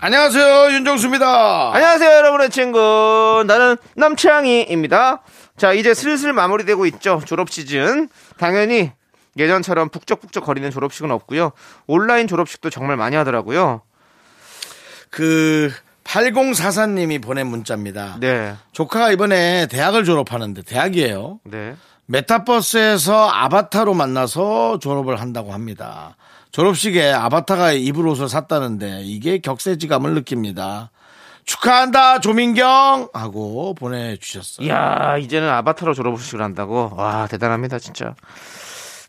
안녕하세요 윤정수입니다. 안녕하세요, 여러분의 친구. 나는 남창희입니다. 자, 이제 슬슬 마무리되고 있죠. 졸업 시즌. 당연히 예전처럼 북적북적 거리는 졸업식은 없고요. 온라인 졸업식도 정말 많이 하더라고요. 그 8044님이 보낸 문자입니다. 네. 조카가 이번에 대학을 졸업하는데 대학이에요. 네. 메타버스에서 아바타로 만나서 졸업을 한다고 합니다. 졸업식에 아바타가 입을 옷을 샀다는데 이게 격세지감을 느낍니다. 축하한다 조민경 하고 보내주셨어요. 이야, 이제는 아바타로 졸업식을 한다고. 와, 대단합니다, 진짜.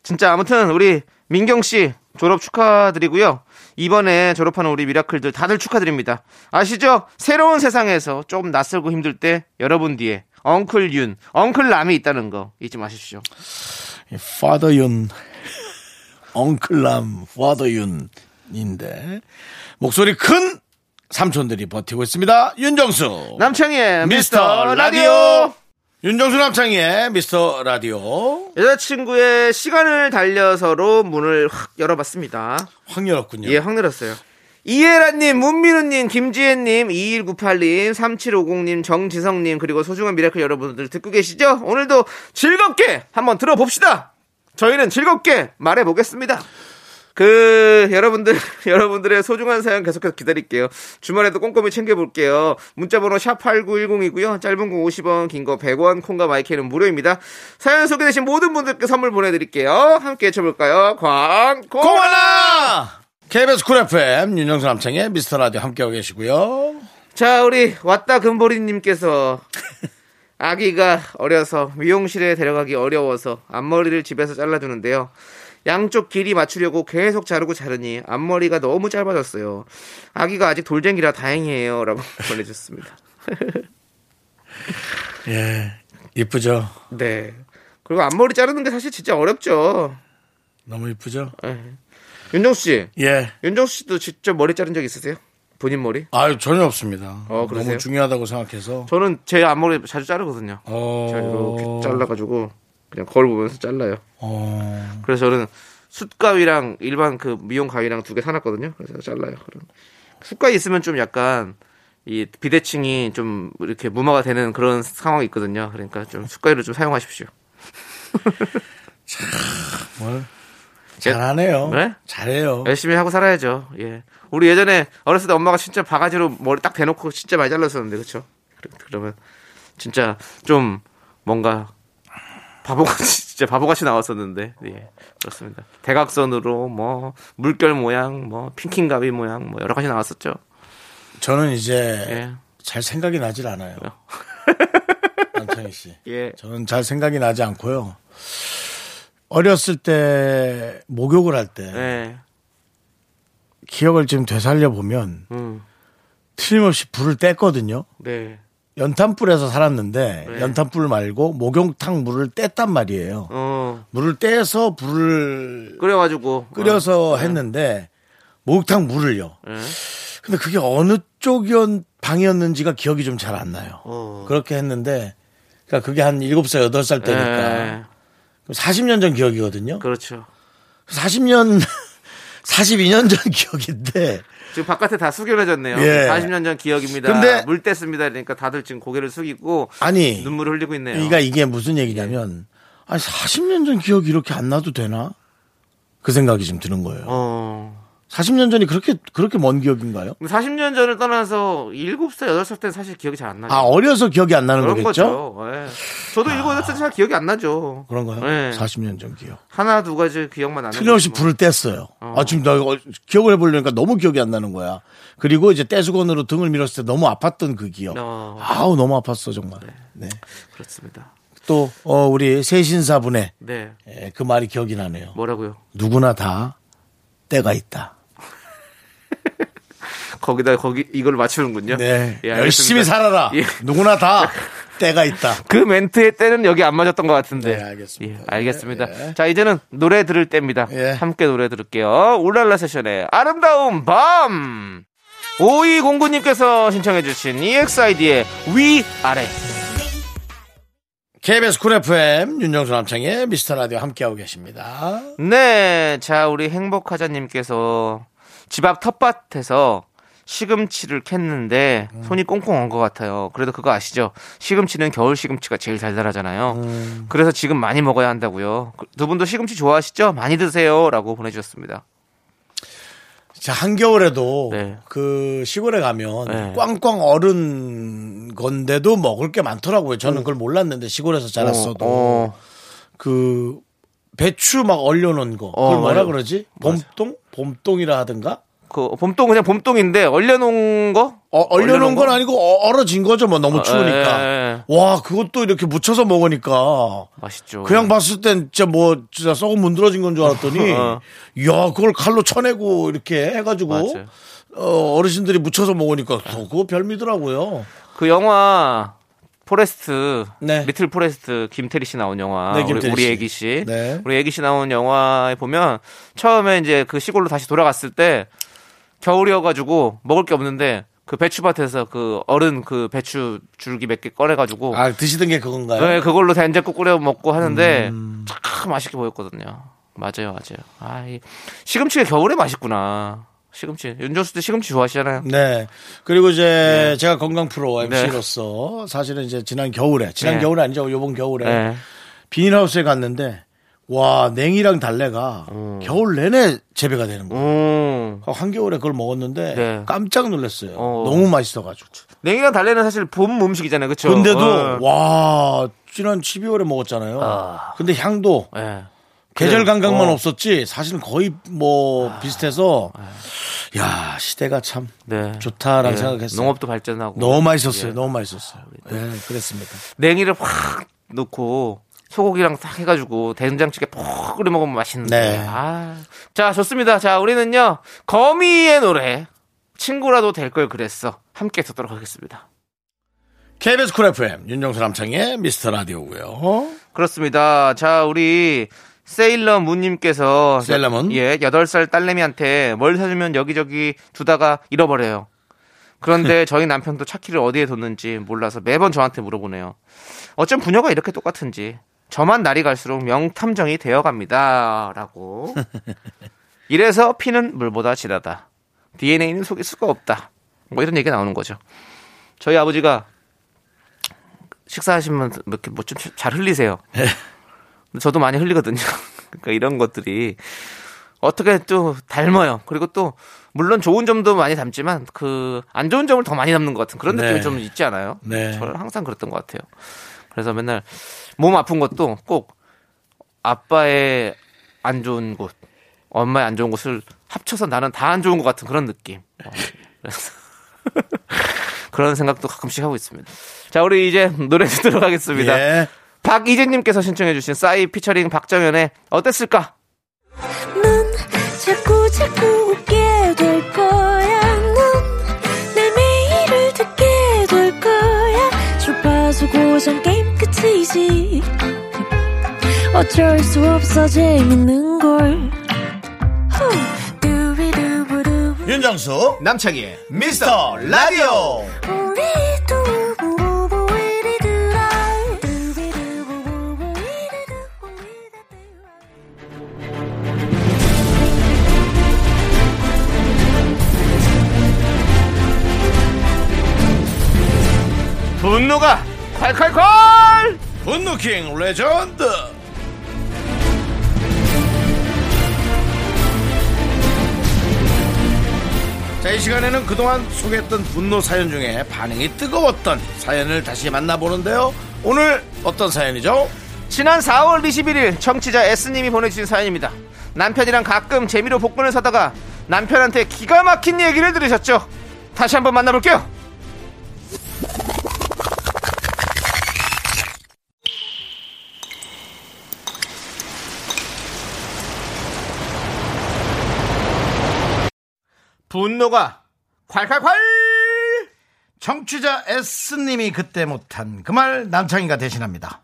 진짜 아무튼 우리 민경 씨 졸업 축하드리고요. 이번에 졸업하는 우리 미라클들 다들 축하드립니다. 아시죠? 새로운 세상에서 조금 낯설고 힘들 때 여러분 뒤에 엉클 윤, 엉클 남이 있다는 거 잊지 마십시오. 파더윤 엉클남 파더윤인데 목소리 큰 삼촌들이 버티고 있습니다. 윤정수 남창희의 미스터 미스터 라디오 라디오. 윤정수 남창희의 미스터 라디오 여자친구의 시간을 달려서로 문을 확 열어봤습니다. 확 열었군요. 예, 확 늘었어요. 이혜란님, 문민우님, 김지혜님, 2198님, 3750님, 정지성님, 그리고 소중한 미라클 여러분들 듣고 계시죠? 오늘도 즐겁게 한번 들어봅시다! 저희는 즐겁게 말해보겠습니다. 그, 여러분들, 여러분들의 소중한 사연 계속해서 기다릴게요. 주말에도 꼼꼼히 챙겨볼게요. 문자번호 샵8910이고요. 짧은 거 50원, 긴 거 100원, 콩과 마이크는 무료입니다. 사연 소개되신 모든 분들께 선물 보내드릴게요. 함께 해쳐볼까요? 광고! 고마라 KBS 쿨 FM 윤정수 남창희의 미스터 라디오 함께하고 계시고요. 자, 우리 왔다 금보리님께서 아기가 어려서 미용실에 데려가기 어려워서 앞머리를 집에서 잘라주는데요. 양쪽 길이 맞추려고 계속 자르고 자르니 앞머리가 너무 짧아졌어요. 아기가 아직 돌쟁이라 다행이에요. 라고 보내줬습니다. 예 이쁘죠. 네. 그리고 앞머리 자르는 게 사실 진짜 어렵죠. 예. 너무 이쁘죠. 윤정수 씨. 예. 윤정수 씨도 직접 머리 자른 적 있으세요? 본인 머리? 아유 전혀 없습니다. 어, 그러세요? 너무 중요하다고 생각해서 저는 제 앞머리 자주 자르거든요. 어... 제가 이렇게 잘라가지고 그냥 거울 보면서 잘라요. 어... 그래서 저는 숯가위랑 일반 그 미용 가위랑 두 개 사놨거든요. 그래서 잘라요. 그럼 숯가위 있으면 좀 약간 이 비대칭이 좀 이렇게 무마가 되는 그런 상황이 있거든요. 그러니까 좀 숯가위를 좀 사용하십시오. 뭘 잘하네요. 네? 잘해요. 열심히 하고 살아야죠. 예. 우리 예전에 어렸을 때 엄마가 진짜 바가지로 머리 딱 대놓고 진짜 많이 잘랐었는데 그렇죠? 그러면 진짜 좀 뭔가 바보같이 진짜 바보같이 나왔었는데 예 그렇습니다. 대각선으로 뭐 물결 모양 뭐 핑킹 가위 모양 뭐 여러 가지 나왔었죠. 저는 이제 예. 어. 잘 생각이 나질 않아요. 남창희 씨. 예. 저는 잘 생각이 나지 않고요. 어렸을 때 목욕을 할 때 예. 기억을 지금 되살려 보면 음. 틀림없이 불을 뗐거든요. 네. 연탄불에서 살았는데 네. 연탄불 말고 목욕탕 물을 뗐단 말이에요. 어. 물을 떼서 불을 끓여 가지고 끓여서 아, 네. 했는데 목욕탕 물을요. 예. 근데 그게 어느 쪽이었 방이었는지가 기억이 좀 잘 안 나요. 어. 그렇게 했는데 그러니까 그게 한 7살, 8살 때니까 예. 40년 전 기억이거든요. 그렇죠. 40년 42년 전 기억인데 지금 바깥에 다 숙연해졌네요. 예. 40년 전 기억입니다. 근데- 물 뗐습니다. 그러니까 다들 지금 고개를 숙이고 아니 눈물을 흘리고 있네요. 그러니까 이게 무슨 얘기냐면 아니 40년 전 기억이 이렇게 안 나도 되나? 그 생각이 지금 드는 거예요. 어. 40년 전이 그렇게 그렇게 먼 기억인가요? 근데 40년 전을 떠나서 7살, 8살 때는 사실 기억이 잘 안 나죠. 아, 어려서 기억이 안 나는 그런 거겠죠? 거죠. 예. 저도 7, 8살 때잘 기억이 안 나죠. 그런가요? 예. 40년 전 기억. 하나, 두 가지 기억만 안 나요. 틀림없이 불을 뗐어요. 아, 지금 나 이거 기억을 해보려니까 너무 기억이 안 나는 거야. 그리고 이제 떼수건으로 등을 밀었을 때 너무 아팠던 그 기억. 어. 아우, 너무 아팠어, 정말. 네. 그렇습니다. 또, 어, 우리 세신사분의 네. 예, 그 말이 기억이 나네요. 뭐라고요? 누구나 다 때가 있다. 거기다 거기 이걸 맞추는군요. 네. 예, 알겠습니다. 열심히 살아라. 예. 누구나 다 때가 있다. 그 멘트의 때는 여기 안 맞았던 것 같은데. 네, 알겠습니다. 예, 알겠습니다. 예. 자, 이제는 노래 들을 때입니다. 예. 함께 노래 들을게요. 울랄라 세션의 아름다운 밤! 5209님께서 신청해주신 EXID의 위아래. KBS 쿨 FM 윤정수 남창의 미스터 라디오 함께하고 계십니다. 네, 자, 우리 행복하자님께서 집 앞 텃밭에서 시금치를 캤는데 음. 손이 꽁꽁 언 것 같아요. 그래도 그거 아시죠? 시금치는 겨울 시금치가 제일 달달하잖아요. 음. 그래서 지금 많이 먹어야 한다고요. 그- 두 분도 시금치 좋아하시죠? 많이 드세요. 라고 보내주셨습니다. 자, 한겨울에도 네. 그 시골에 가면 네. 꽝꽝 얼은 건데도 먹을 게 많더라고요. 저는 그걸 몰랐는데 시골에서 자랐어도 음. 어, 그 배추 막 얼려놓은 거 어, 그걸 뭐라 맞아요. 그러지? 봄동? 봄동이라 하든가? 그 봄동 그냥 봄동인데 얼려놓은 거? 어, 얼려놓은 얼려놓은 건 거? 아니고 어- 얼어진 거죠. 뭐 너무 어, 예, 추우니까. 예. 와, 그것도 이렇게 무쳐서 먹으니까 맛있죠. 예, 그냥 봤을 땐 진짜 뭐 진짜 썩은 문드러진 건 줄 알았더니 어. 야 그걸 칼로 쳐내고 이렇게 해가지고 맞아요. 어, 어르신들이 무쳐서 먹으니까 어, 그거 별미더라고요. 그 영화 포레스트 네. 리틀 포레스트 김태리 씨 나온 영화 네, 우리, 김태리 우리 씨. 애기 씨 네. 우리 애기 씨 나온 영화에 보면 처음에 이제 그 시골로 다시 돌아갔을 때 겨울이어가지고 먹을 게 없는데 그 배추밭에서 그 어른 그 배추 줄기 몇 개 꺼내가지고 아 드시던 게 그건가요? 네, 그걸로 된장국 끓여 먹고 하는데 음. 참 맛있게 보였거든요. 맞아요, 맞아요. 아, 이 시금치가 겨울에 맛있구나. 시금치 윤정수도 시금치 좋아하시잖아요. 네. 그리고 이제 제가 건강 프로 네. MC로서 사실은 이제 지난 겨울에 지난 네. 겨울이 아니죠. 요번 겨울에 네. 비닐하우스에 갔는데 와 냉이랑 달래가 겨울 내내 재배가 되는 거예요. 음. 한겨울에 그걸 먹었는데 네. 깜짝 놀랐어요. 어. 그렇죠. 너무 맛있어가지고. 냉이랑 달래는 사실 봄 음식이잖아요, 그쵸 근데도 와 지난 12월에 먹었잖아요. 아. 근데 향도 예. 계절 그래요. 감각만 어. 없었지 사실은 거의 뭐 비슷해서 야 시대가 참 네. 좋다라는 예. 생각했어요. 농업도 발전하고. 너무 맛있었어요. 예. 너무 맛있었어요. 예, 그랬습니다. 냉이를 확 넣고 소고기랑 딱 해가지고 된장찌개 푹 끓여 먹으면 맛있는데. 네. 아. 자, 좋습니다. 자, 우리는요 거미의 노래 친구라도 될 걸 그랬어 함께 듣도록 하겠습니다. KBS 쿨 FM 윤정수 남창의 미스터 라디오고요. 그렇습니다. 자, 우리 세일러 문님께서 세일러문? 예, 8살 딸내미한테 뭘 사주면 여기저기 두다가 잃어버려요. 그런데 저희 남편도 차키를 어디에 뒀는지 몰라서 매번 저한테 물어보네요. 어쩜 부녀가 이렇게 똑같은지 저만 날이 갈수록 명탐정이 되어갑니다라고. 이래서 피는 물보다 진하다. DNA는 속일 수가 없다. 뭐 이런 얘기가 나오는 거죠. 저희 아버지가 식사하시면 이렇게 뭐좀 잘 흘리세요. 네. 근데 저도 많이 흘리거든요. 그러니까 이런 것들이 어떻게 또 닮아요. 그리고 또 물론 좋은 점도 많이 담지만 그 안 좋은 점을 더 많이 담는 것 같은 그런 네. 느낌이 좀 있지 않아요? 네. 저는 항상 그랬던 것 같아요. 그래서 맨날 몸 아픈 것도 꼭 아빠의 안 좋은 곳, 엄마의 안 좋은 곳을 합쳐서 나는 다 안 좋은 것 같은 그런 느낌. 어, 그래서 그런 생각도 가끔씩 하고 있습니다. 자, 우리 이제 노래 듣도록 하겠습니다. 예. 박이재님께서 신청해주신 싸이 피처링 박정현의 어땠을까? 넌 자꾸 자꾸 웃게 될 거야. 넌내 매일을 듣게 될 거야. 주파수 고정 게임 끝이지. 어쩔 수 없어 재밌는 걸. 후. 두비두부두. 윤정수 남창의 미스터 라디오. 우리 두부부부 우리 두라. 두비두부부부 우리 두부 우리 두라. 분노가 콸콸콸! 분노킹 레전드. 자, 이 시간에는 그동안 소개했던 분노 사연 중에 반응이 뜨거웠던 사연을 다시 만나보는데요. 오늘 어떤 사연이죠? 지난 4월 21일 청취자 S님이 보내주신 사연입니다. 남편이랑 가끔 재미로 복권을 사다가 남편한테 기가 막힌 얘기를 들으셨죠? 다시 한번 만나볼게요. 분노가 콸콸콸! 청취자 S님이 그때 못한 그 말 남창희가 대신합니다.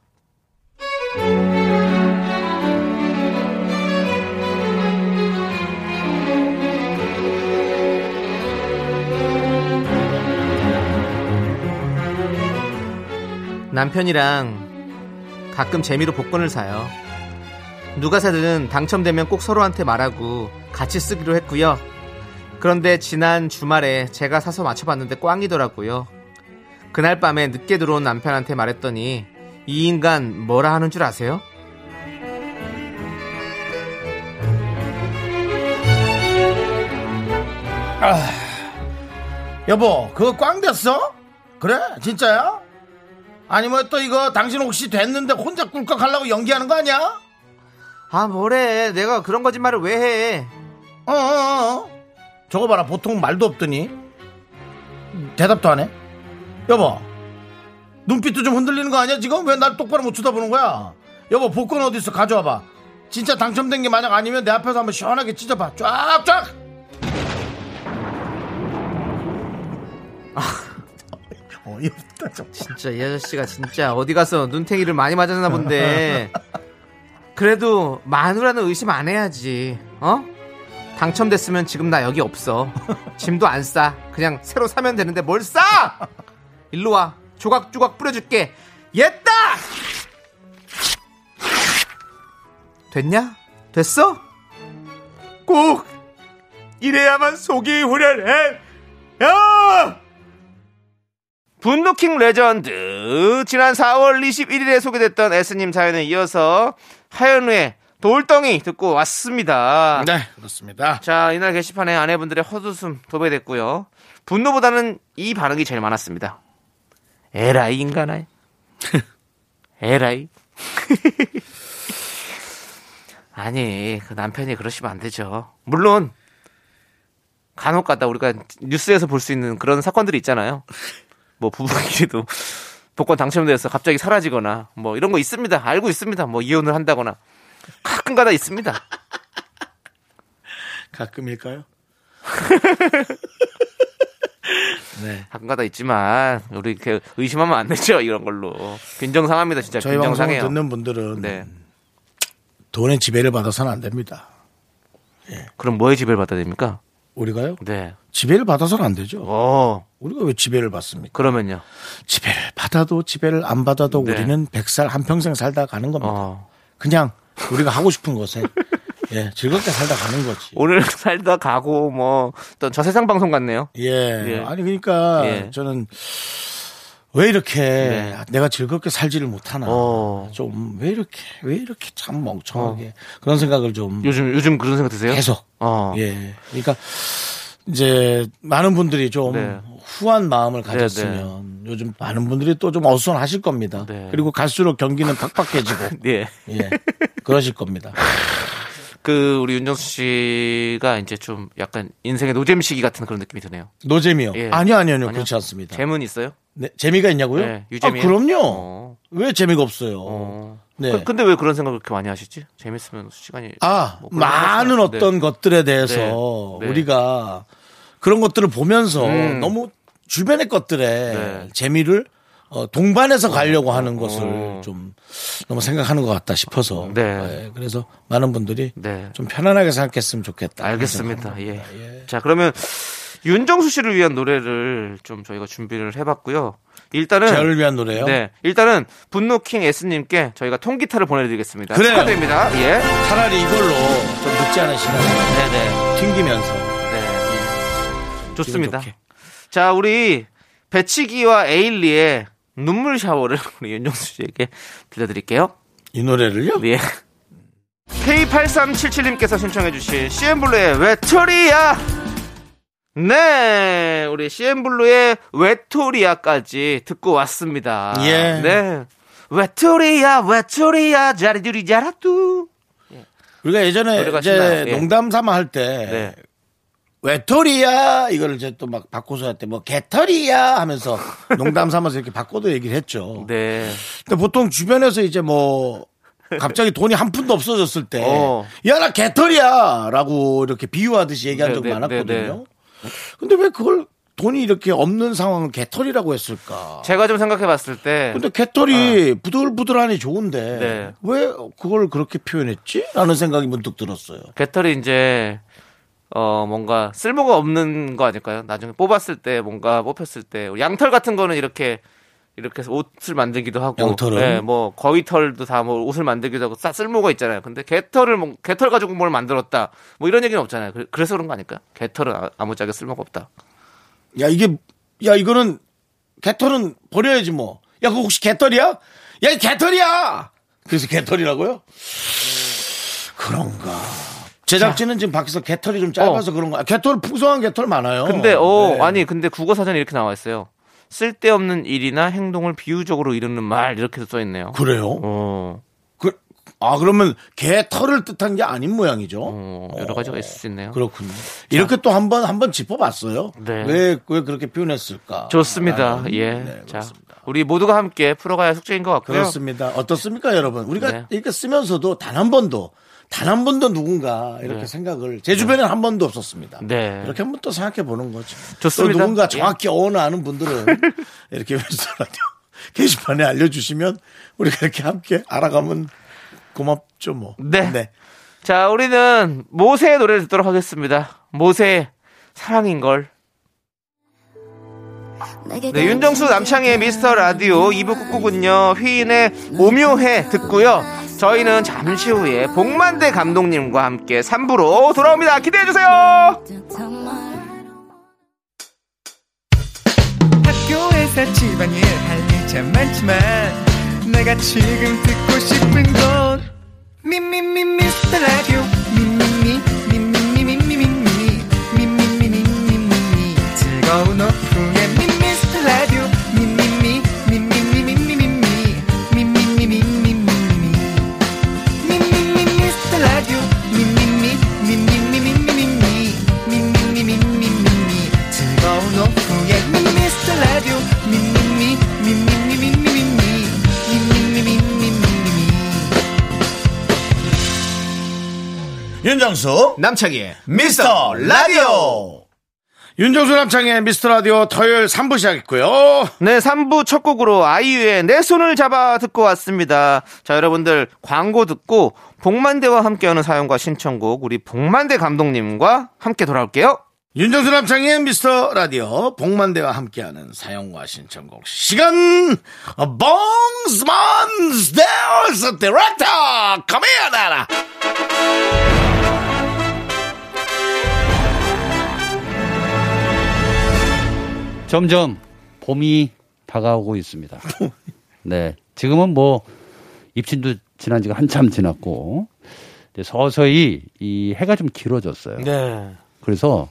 남편이랑 가끔 재미로 복권을 사요. 누가 사든 당첨되면 꼭 서로한테 말하고 같이 쓰기로 했고요. 그런데 지난 주말에 제가 사서 맞춰봤는데 꽝이더라고요. 그날 밤에 늦게 들어온 남편한테 말했더니 이 인간 뭐라 하는 줄 아세요? 여보, 그거 꽝 됐어? 그래? 진짜야? 아니면 뭐 또 이거 당신 혹시 됐는데 혼자 꿀꺽하려고 연기하는 거 아니야? 아 뭐래 내가 그런 거짓말을 왜 해? 어, 어, 어. 저거 봐라. 보통 말도 없더니 대답도 안 해. 여보, 눈빛도 좀 흔들리는 거 아니야? 지금 왜 날 똑바로 못 쳐다보는 거야? 여보, 복권 어디 있어? 가져와봐. 진짜 당첨된 게 만약 아니면 내 앞에서 한번 시원하게 찢어봐. 쫙쫙. 아, 어이없다 정말. 진짜 이 아저씨가 진짜 어디 가서 눈탱이를 많이 맞았나 본데 그래도 마누라는 의심 안 해야지 어? 당첨됐으면 지금 나 여기 없어 짐도 안 싸 그냥 새로 사면 되는데 뭘 싸! 일로 와 조각조각 뿌려줄게 옛다! 됐냐? 됐어? 꼭 이래야만 속이 후련해 야! 분노킹 레전드 지난 4월 21일에 소개됐던 S님 사연에 이어서 하현우의 돌덩이 듣고 왔습니다. 네, 그렇습니다. 자 이날 게시판에 아내분들의 헛웃음 도배됐고요. 분노보다는 이 반응이 제일 많았습니다. 에라이 인간아, 에라이. 아니 그 남편이 그러시면 안 되죠. 물론 간혹가다 우리가 뉴스에서 볼 수 있는 그런 사건들이 있잖아요. 뭐 부부끼리도 복권 당첨돼서 갑자기 사라지거나 뭐 이런 거 있습니다. 알고 있습니다. 뭐 이혼을 한다거나 가끔가다 있습니다. 가끔일까요? 네. 가끔가다 있지만 우리 이렇게 의심하면 안 되죠. 이런 걸로 빈정상합니다. 진짜 저희 방송을 빈정상해요. 듣는 분들은 네. 돈의 지배를 받아서는 안 됩니다. 그럼 뭐의 지배를 받아야 됩니까? 우리가요? 네. 지배를 받아서는 안 되죠. 어 우리가 왜 지배를 받습니까? 그러면요. 지배를 받아도 지배를 안 받아도 네. 우리는 백살 한 평생 살다 가는 겁니다. 어 그냥 우리가 하고 싶은 것에 예, 즐겁게 살다 가는 거지. 오늘 살다 가고 뭐 어떤 저 세상 방송 같네요. 예. 예. 아니 그러니까 예. 저는 왜 이렇게 네. 내가 즐겁게 살지를 못하나. 어. 좀 왜 이렇게 왜 이렇게 참 멍청하게 그런 생각을 좀 요즘 요즘 그런 생각 어. 드세요? 계속. 어. 예. 그러니까 이제 많은 분들이 좀 네. 후한 마음을 가졌으면 요즘 많은 분들이 또 좀 어수선하실 겁니다. 네. 그리고 갈수록 경기는 팍팍해지고 예. 예. 그러실 겁니다. 그 우리 윤정수 씨가 이제 좀 약간 인생의 노잼 시기 같은 그런 느낌이 드네요. 노잼이요. 예. 아니요, 아니요, 아니요. 아니요? 그렇지 않습니다. 재문 있어요? 네, 재미가 있냐고요? 네, 아, 유재미요? 그럼요. 어. 왜 재미가 없어요? 어. 네. 그- 근데 왜 그런 생각을 그렇게 많이 하시지? 재밌으면 시간이 아, 뭐 그런 많은 생각이- 어떤 네. 것들에 대해서 네. 네. 우리가 그런 것들을 보면서 음. 너무 주변의 것들에 네. 재미를 어, 동반해서 가려고 하는 것을 어. 좀 너무 생각하는 것 같다 싶어서 네. 예, 그래서 많은 분들이 네. 좀 편안하게 생각했으면 좋겠다. 알겠습니다. 예. 자, 그러면 윤정수 씨를 위한 노래를 좀 저희가 준비를 해 봤고요. 일단은 저를 위한 노래요. 네. 일단은 분노킹 S님께 저희가 통기타를 보내 드리겠습니다. 그래요. 축하드립니다. 예. 차라리 이걸로 좀 늦지 않은 시간에 네, 네. 튕기면서 네. 좋습니다. 기분 좋게. 자, 우리 배치기와 에일리의 눈물 샤워를 우리 윤정수 씨에게 들려드릴게요. 이 노래를요. 예. K8377님께서 신청해주신 CN블루의 외톨이야! 네, 우리 CN블루의 외톨이야까지 듣고 왔습니다. 예. 네. 외톨이야, 외톨이야, 자리들이 자라뚜. 우리가 예전에 노래가 이제 신나요. 예. 농담 삼아 할 때 네. 외톨이야 이거를 이제 또 막 바꿔서 할 때 뭐 개털이야 하면서 농담 삼아서 이렇게 바꿔도 얘기를 했죠. 네. 근데 보통 주변에서 이제 뭐 갑자기 돈이 한 푼도 없어졌을 때, 어. 야 나 개털이야라고 이렇게 비유하듯이 얘기한 네, 적 네, 많았거든요. 네, 네. 근데 왜 그걸 돈이 이렇게 없는 상황은 개털이라고 했을까? 제가 좀 생각해 봤을 때 근데 개털이 부들부들하니 좋은데 네. 왜 그걸 그렇게 표현했지? 라는 생각이 문득 들었어요. 개털이 이제 어 뭔가 쓸모가 없는 거 아닐까요? 나중에 뽑았을 때 뭔가 뽑혔을 때 양털 같은 거는 이렇게 이렇게 해서 옷을 만들기도 하고 양털은? 예, 뭐 거위털도 다 뭐 옷을 만들기도 하고 싹 쓸모가 있잖아요. 근데 개털을 뭐- 개털 가지고 뭘 만들었다. 뭐 이런 얘기는 없잖아요. 그- 그래서 그런 거 아닐까요? 개털은 아- 아무짝에 쓸모가 없다. 야 이게 야 이거는 개털은 버려야지 뭐. 야 그거 혹시 개털이야? 야이 개털이야. 그래서 개털이라고요? 그런가. 제작진은 지금 밖에서 개털이 좀 짧아서 그런가. 개털 풍성한 개털 많아요. 어. 근데 어 네. 아니 근데 국어 사전에 이렇게 나와 있어요. 쓸데없는 일이나 행동을 비유적으로 이르는 말 이렇게 써 있네요. 그래요? 어, 그, 아 그러면 개털을 뜻한 게 아닌 모양이죠. 어, 여러 가지가 있을 수 있네요. 그렇군요. 이렇게 또 한 번 한 번 짚어봤어요. 네. 왜, 왜 그렇게 표현했을까? 좋습니다. 라는, 예. 네, 자, 그렇습니다. 우리 모두가 함께 풀어가야 숙제인 것 같고요. 그렇습니다. 어떻습니까, 여러분? 우리가 네. 이렇게 쓰면서도 단 한 번도 단 한 번도 누군가 이렇게 네. 생각을 제 주변에는 한 번도 없었습니다. 네. 이렇게 한 번 또 생각해 보는 거죠. 좋습니다. 예. 또 누군가 정확히 어원 아는 분들은 이렇게 웹사라디오 게시판에 알려주시면 우리가 이렇게 함께 알아가면 고맙죠, 뭐. 네. 자, 우리는 모세의 노래를 듣도록 하겠습니다. 모세의 사랑인 걸. 네, 윤정수 남창희의 미스터 라디오 2부 끝곡은요. 휘인의 오묘해 듣고요. 저희는 잠시 후에 복만대 감독님과 함께 3부로 돌아옵니다. 기대해 주세요. 학교에서 집안일 할 일 참 많지만 내가 지금 듣고 싶은 건 미미미 미스터 라디오 미미미 미미미 미미미 미미미 미미미 즐거운 오후에 미스터 라디오 미미미 미미미 미미미 미미미 미미미 윤정수 남창희의 미스터 라디오 윤정수 남창의 미스터 라디오 토요일 3부 시작했고요. 네, 3부 첫 곡으로 아이유의 내 손을 잡아 듣고 왔습니다. 자, 여러분들 광고 듣고 복만대와 함께하는 사연과 신청곡 우리 복만대 감독님과 함께 돌아올게요. 윤정수 남창의 미스터 라디오 복만대와 함께하는 사연과 신청곡 시간 봉스만스 데어스 디렉터 카메라 나라 점점 봄이 다가오고 있습니다. 네. 지금은 뭐 입신도 지난 지가 한참 지났고 이제 서서히 이 해가 좀 길어졌어요. 네. 그래서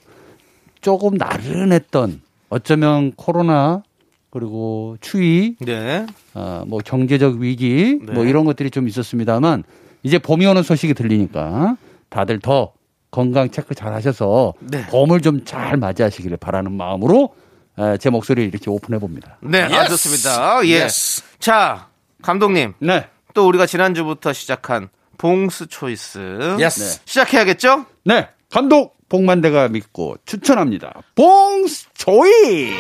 조금 나른했던 어쩌면 코로나 그리고 추위 네. 아, 뭐 경제적 위기 네. 뭐 이런 것들이 좀 있었습니다만 이제 봄이 오는 소식이 들리니까 다들 더 건강 체크 잘 하셔서 네. 봄을 좀 잘 맞이하시기를 바라는 마음으로 아, 제 목소리를 이렇게 오픈해 봅니다. 네, 아, Yes. 좋습니다. 예. Yes. 자, 감독님. 네. 또 우리가 지난주부터 시작한 봉스 초이스. Yes. 시작해야겠죠? 네. 감독 복만대가 믿고 추천합니다. 봉스 조이.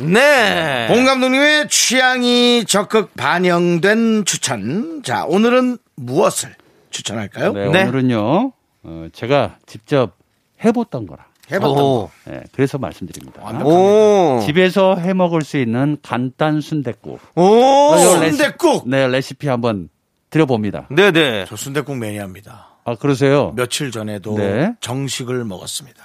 네. 봉 감독님의 취향이 적극 반영된 추천 자 오늘은 무엇을 추천할까요? 네, 네. 오늘은요. 어, 제가 직접 해봤던 거라. 해봤던 오. 거. 예, 그래서 말씀드립니다. 오. 집에서 해 먹을 수 있는 간단 순댓국. 오. 요 레시- 순대국 네, 레시피 한번 드려봅니다. 네네. 저 순대국 매니아입니다. 아, 그러세요? 며칠 전에도 네. 정식을 먹었습니다.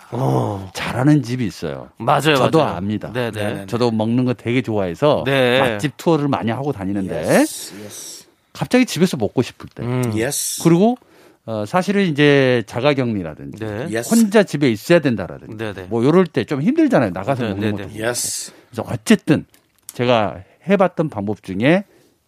잘하는 집이 있어요. 네, 맞아요. 저도 맞아요. 압니다. 네네. 저도 먹는 거 되게 좋아해서 네. 맛집 투어를 많이 하고 다니는데 갑자기 집에서 먹고 싶을 때 음. 예스. 그리고 어, 사실은 이제 자가격리라든지 네. 예스. 혼자 집에 있어야 된다라든지 네네. 뭐 이럴 때 좀 힘들잖아요. 나가서 네, 먹는 네네. 것도. 예스. 그래서 어쨌든 제가 해봤던 방법 중에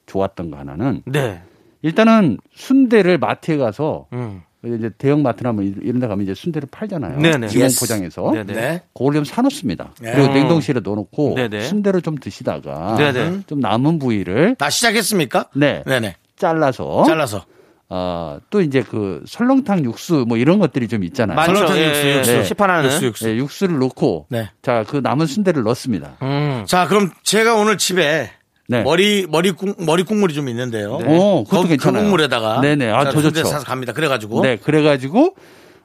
좋았던 거 하나는 네. 일단은 순대를 마트에 가서 음. 이제 대형 마트나 뭐 이런 데 가면 이제 순대를 팔잖아요. 네네. 지문 Yes. 포장해서. 네네. 네. 그걸좀 사놓습니다. 네. 그리고 냉동실에 넣어놓고 네네. 순대를 좀 드시다가 네네. 좀 남은 부위를 다 시작했습니까? 네 아, 네네. 잘라서 잘라서. 어, 또 이제 그 설렁탕 육수 뭐 이런 것들이 좀 있잖아요. 많죠. 설렁탕 예, 육수, 예, 육수. 예. 시판하는. 육수 육수. 예, 육수를 넣고 네. 자 그 남은 순대를 넣습니다. 음. 자, 그럼 제가 오늘 집에 네. 머리 머리 국 머리 국물이 좀 있는데요. 오, 그것도 그- 괜찮아요. 그 국물에다가 네네, 아, 자, 저 순대 좋죠. 사서 갑니다. 그래가지고 네, 그래가지고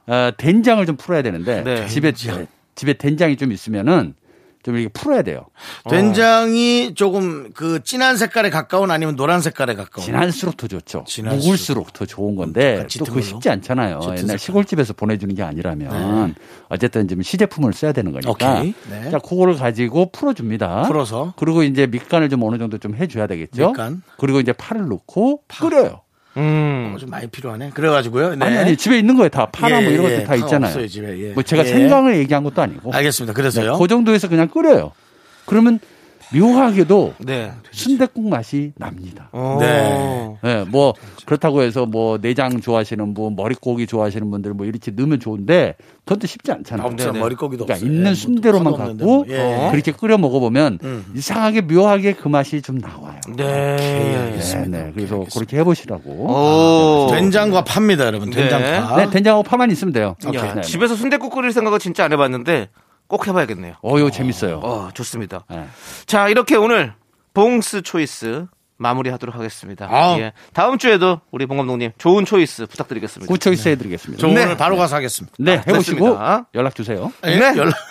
어, 된장을 좀 풀어야 되는데 네. 집에 집에 된장이 좀 있으면은 좀 이렇게 풀어야 돼요. 된장이 조금 그 진한 색깔에 가까운 아니면 노란 색깔에 가까운. 진할수록 더 좋죠. 진할수록. 묵을수록 더 좋은 건데 약간 또 짙은 그거 걸로? 쉽지 않잖아요. 짙은 옛날 색깔. 네. 시골집에서 보내주는 게 아니라면 어쨌든 지금 시제품을 써야 되는 거니까. 오케이. 네. 자, 그거를 가지고 풀어줍니다. 풀어서. 그리고 이제 밑간을 좀 어느 정도 좀 해줘야 되겠죠. 밑간. 그리고 이제 파를 넣고 끓여요. 음. 어, 좀 많이 필요하네. 그래가지고요. 네. 아니 아니 집에 있는 거에 다 파나 예, 뭐 이런 예, 것들 다 파 있잖아요. 없어요, 집에. 예. 뭐 제가 예. 생강을 얘기한 것도 아니고. 알겠습니다. 네, 그래서요. 그 정도에서 그냥 끓여요. 그러면 묘하게도 네. 순댓국 맛이 납니다. 어. 네. 예, 뭐 그렇다고 해서 뭐 내장 좋아하시는 분, 머릿고기 좋아하시는 분들 뭐 이렇게 넣으면 좋은데 그것도 쉽지 않잖아요. 없죠. 네네. 머릿고기도 그러니까 없어요. 예, 있는 뭐 순대로만 또 갖고 써놓는데 뭐. 예. 그렇게 끓여 먹어보면 음. 이상하게 묘하게 그 맛이 좀 나와요. 네. 네, 네. 그래서 그렇게 어. 해보시라고. 오. 된장과 팝니다, 여러분. 네. 된장파. 네, 된장하고 파만 있으면 돼요. 야, 네. 집에서 순대국 끓일 생각은 진짜 안 해봤는데 꼭 해봐야겠네요. 어유 재밌어요. 어, 좋습니다. 네. 자, 이렇게 오늘 봉스 초이스 마무리하도록 하겠습니다. 아우. 예. 다음 주에도 우리 봉 감독님 좋은 초이스 부탁드리겠습니다. 구초이스 해드리겠습니다. 저 네. 오늘 바로 가서 하겠습니다. 네, 해보시고 좋습니다. 연락 주세요. 예, 연락.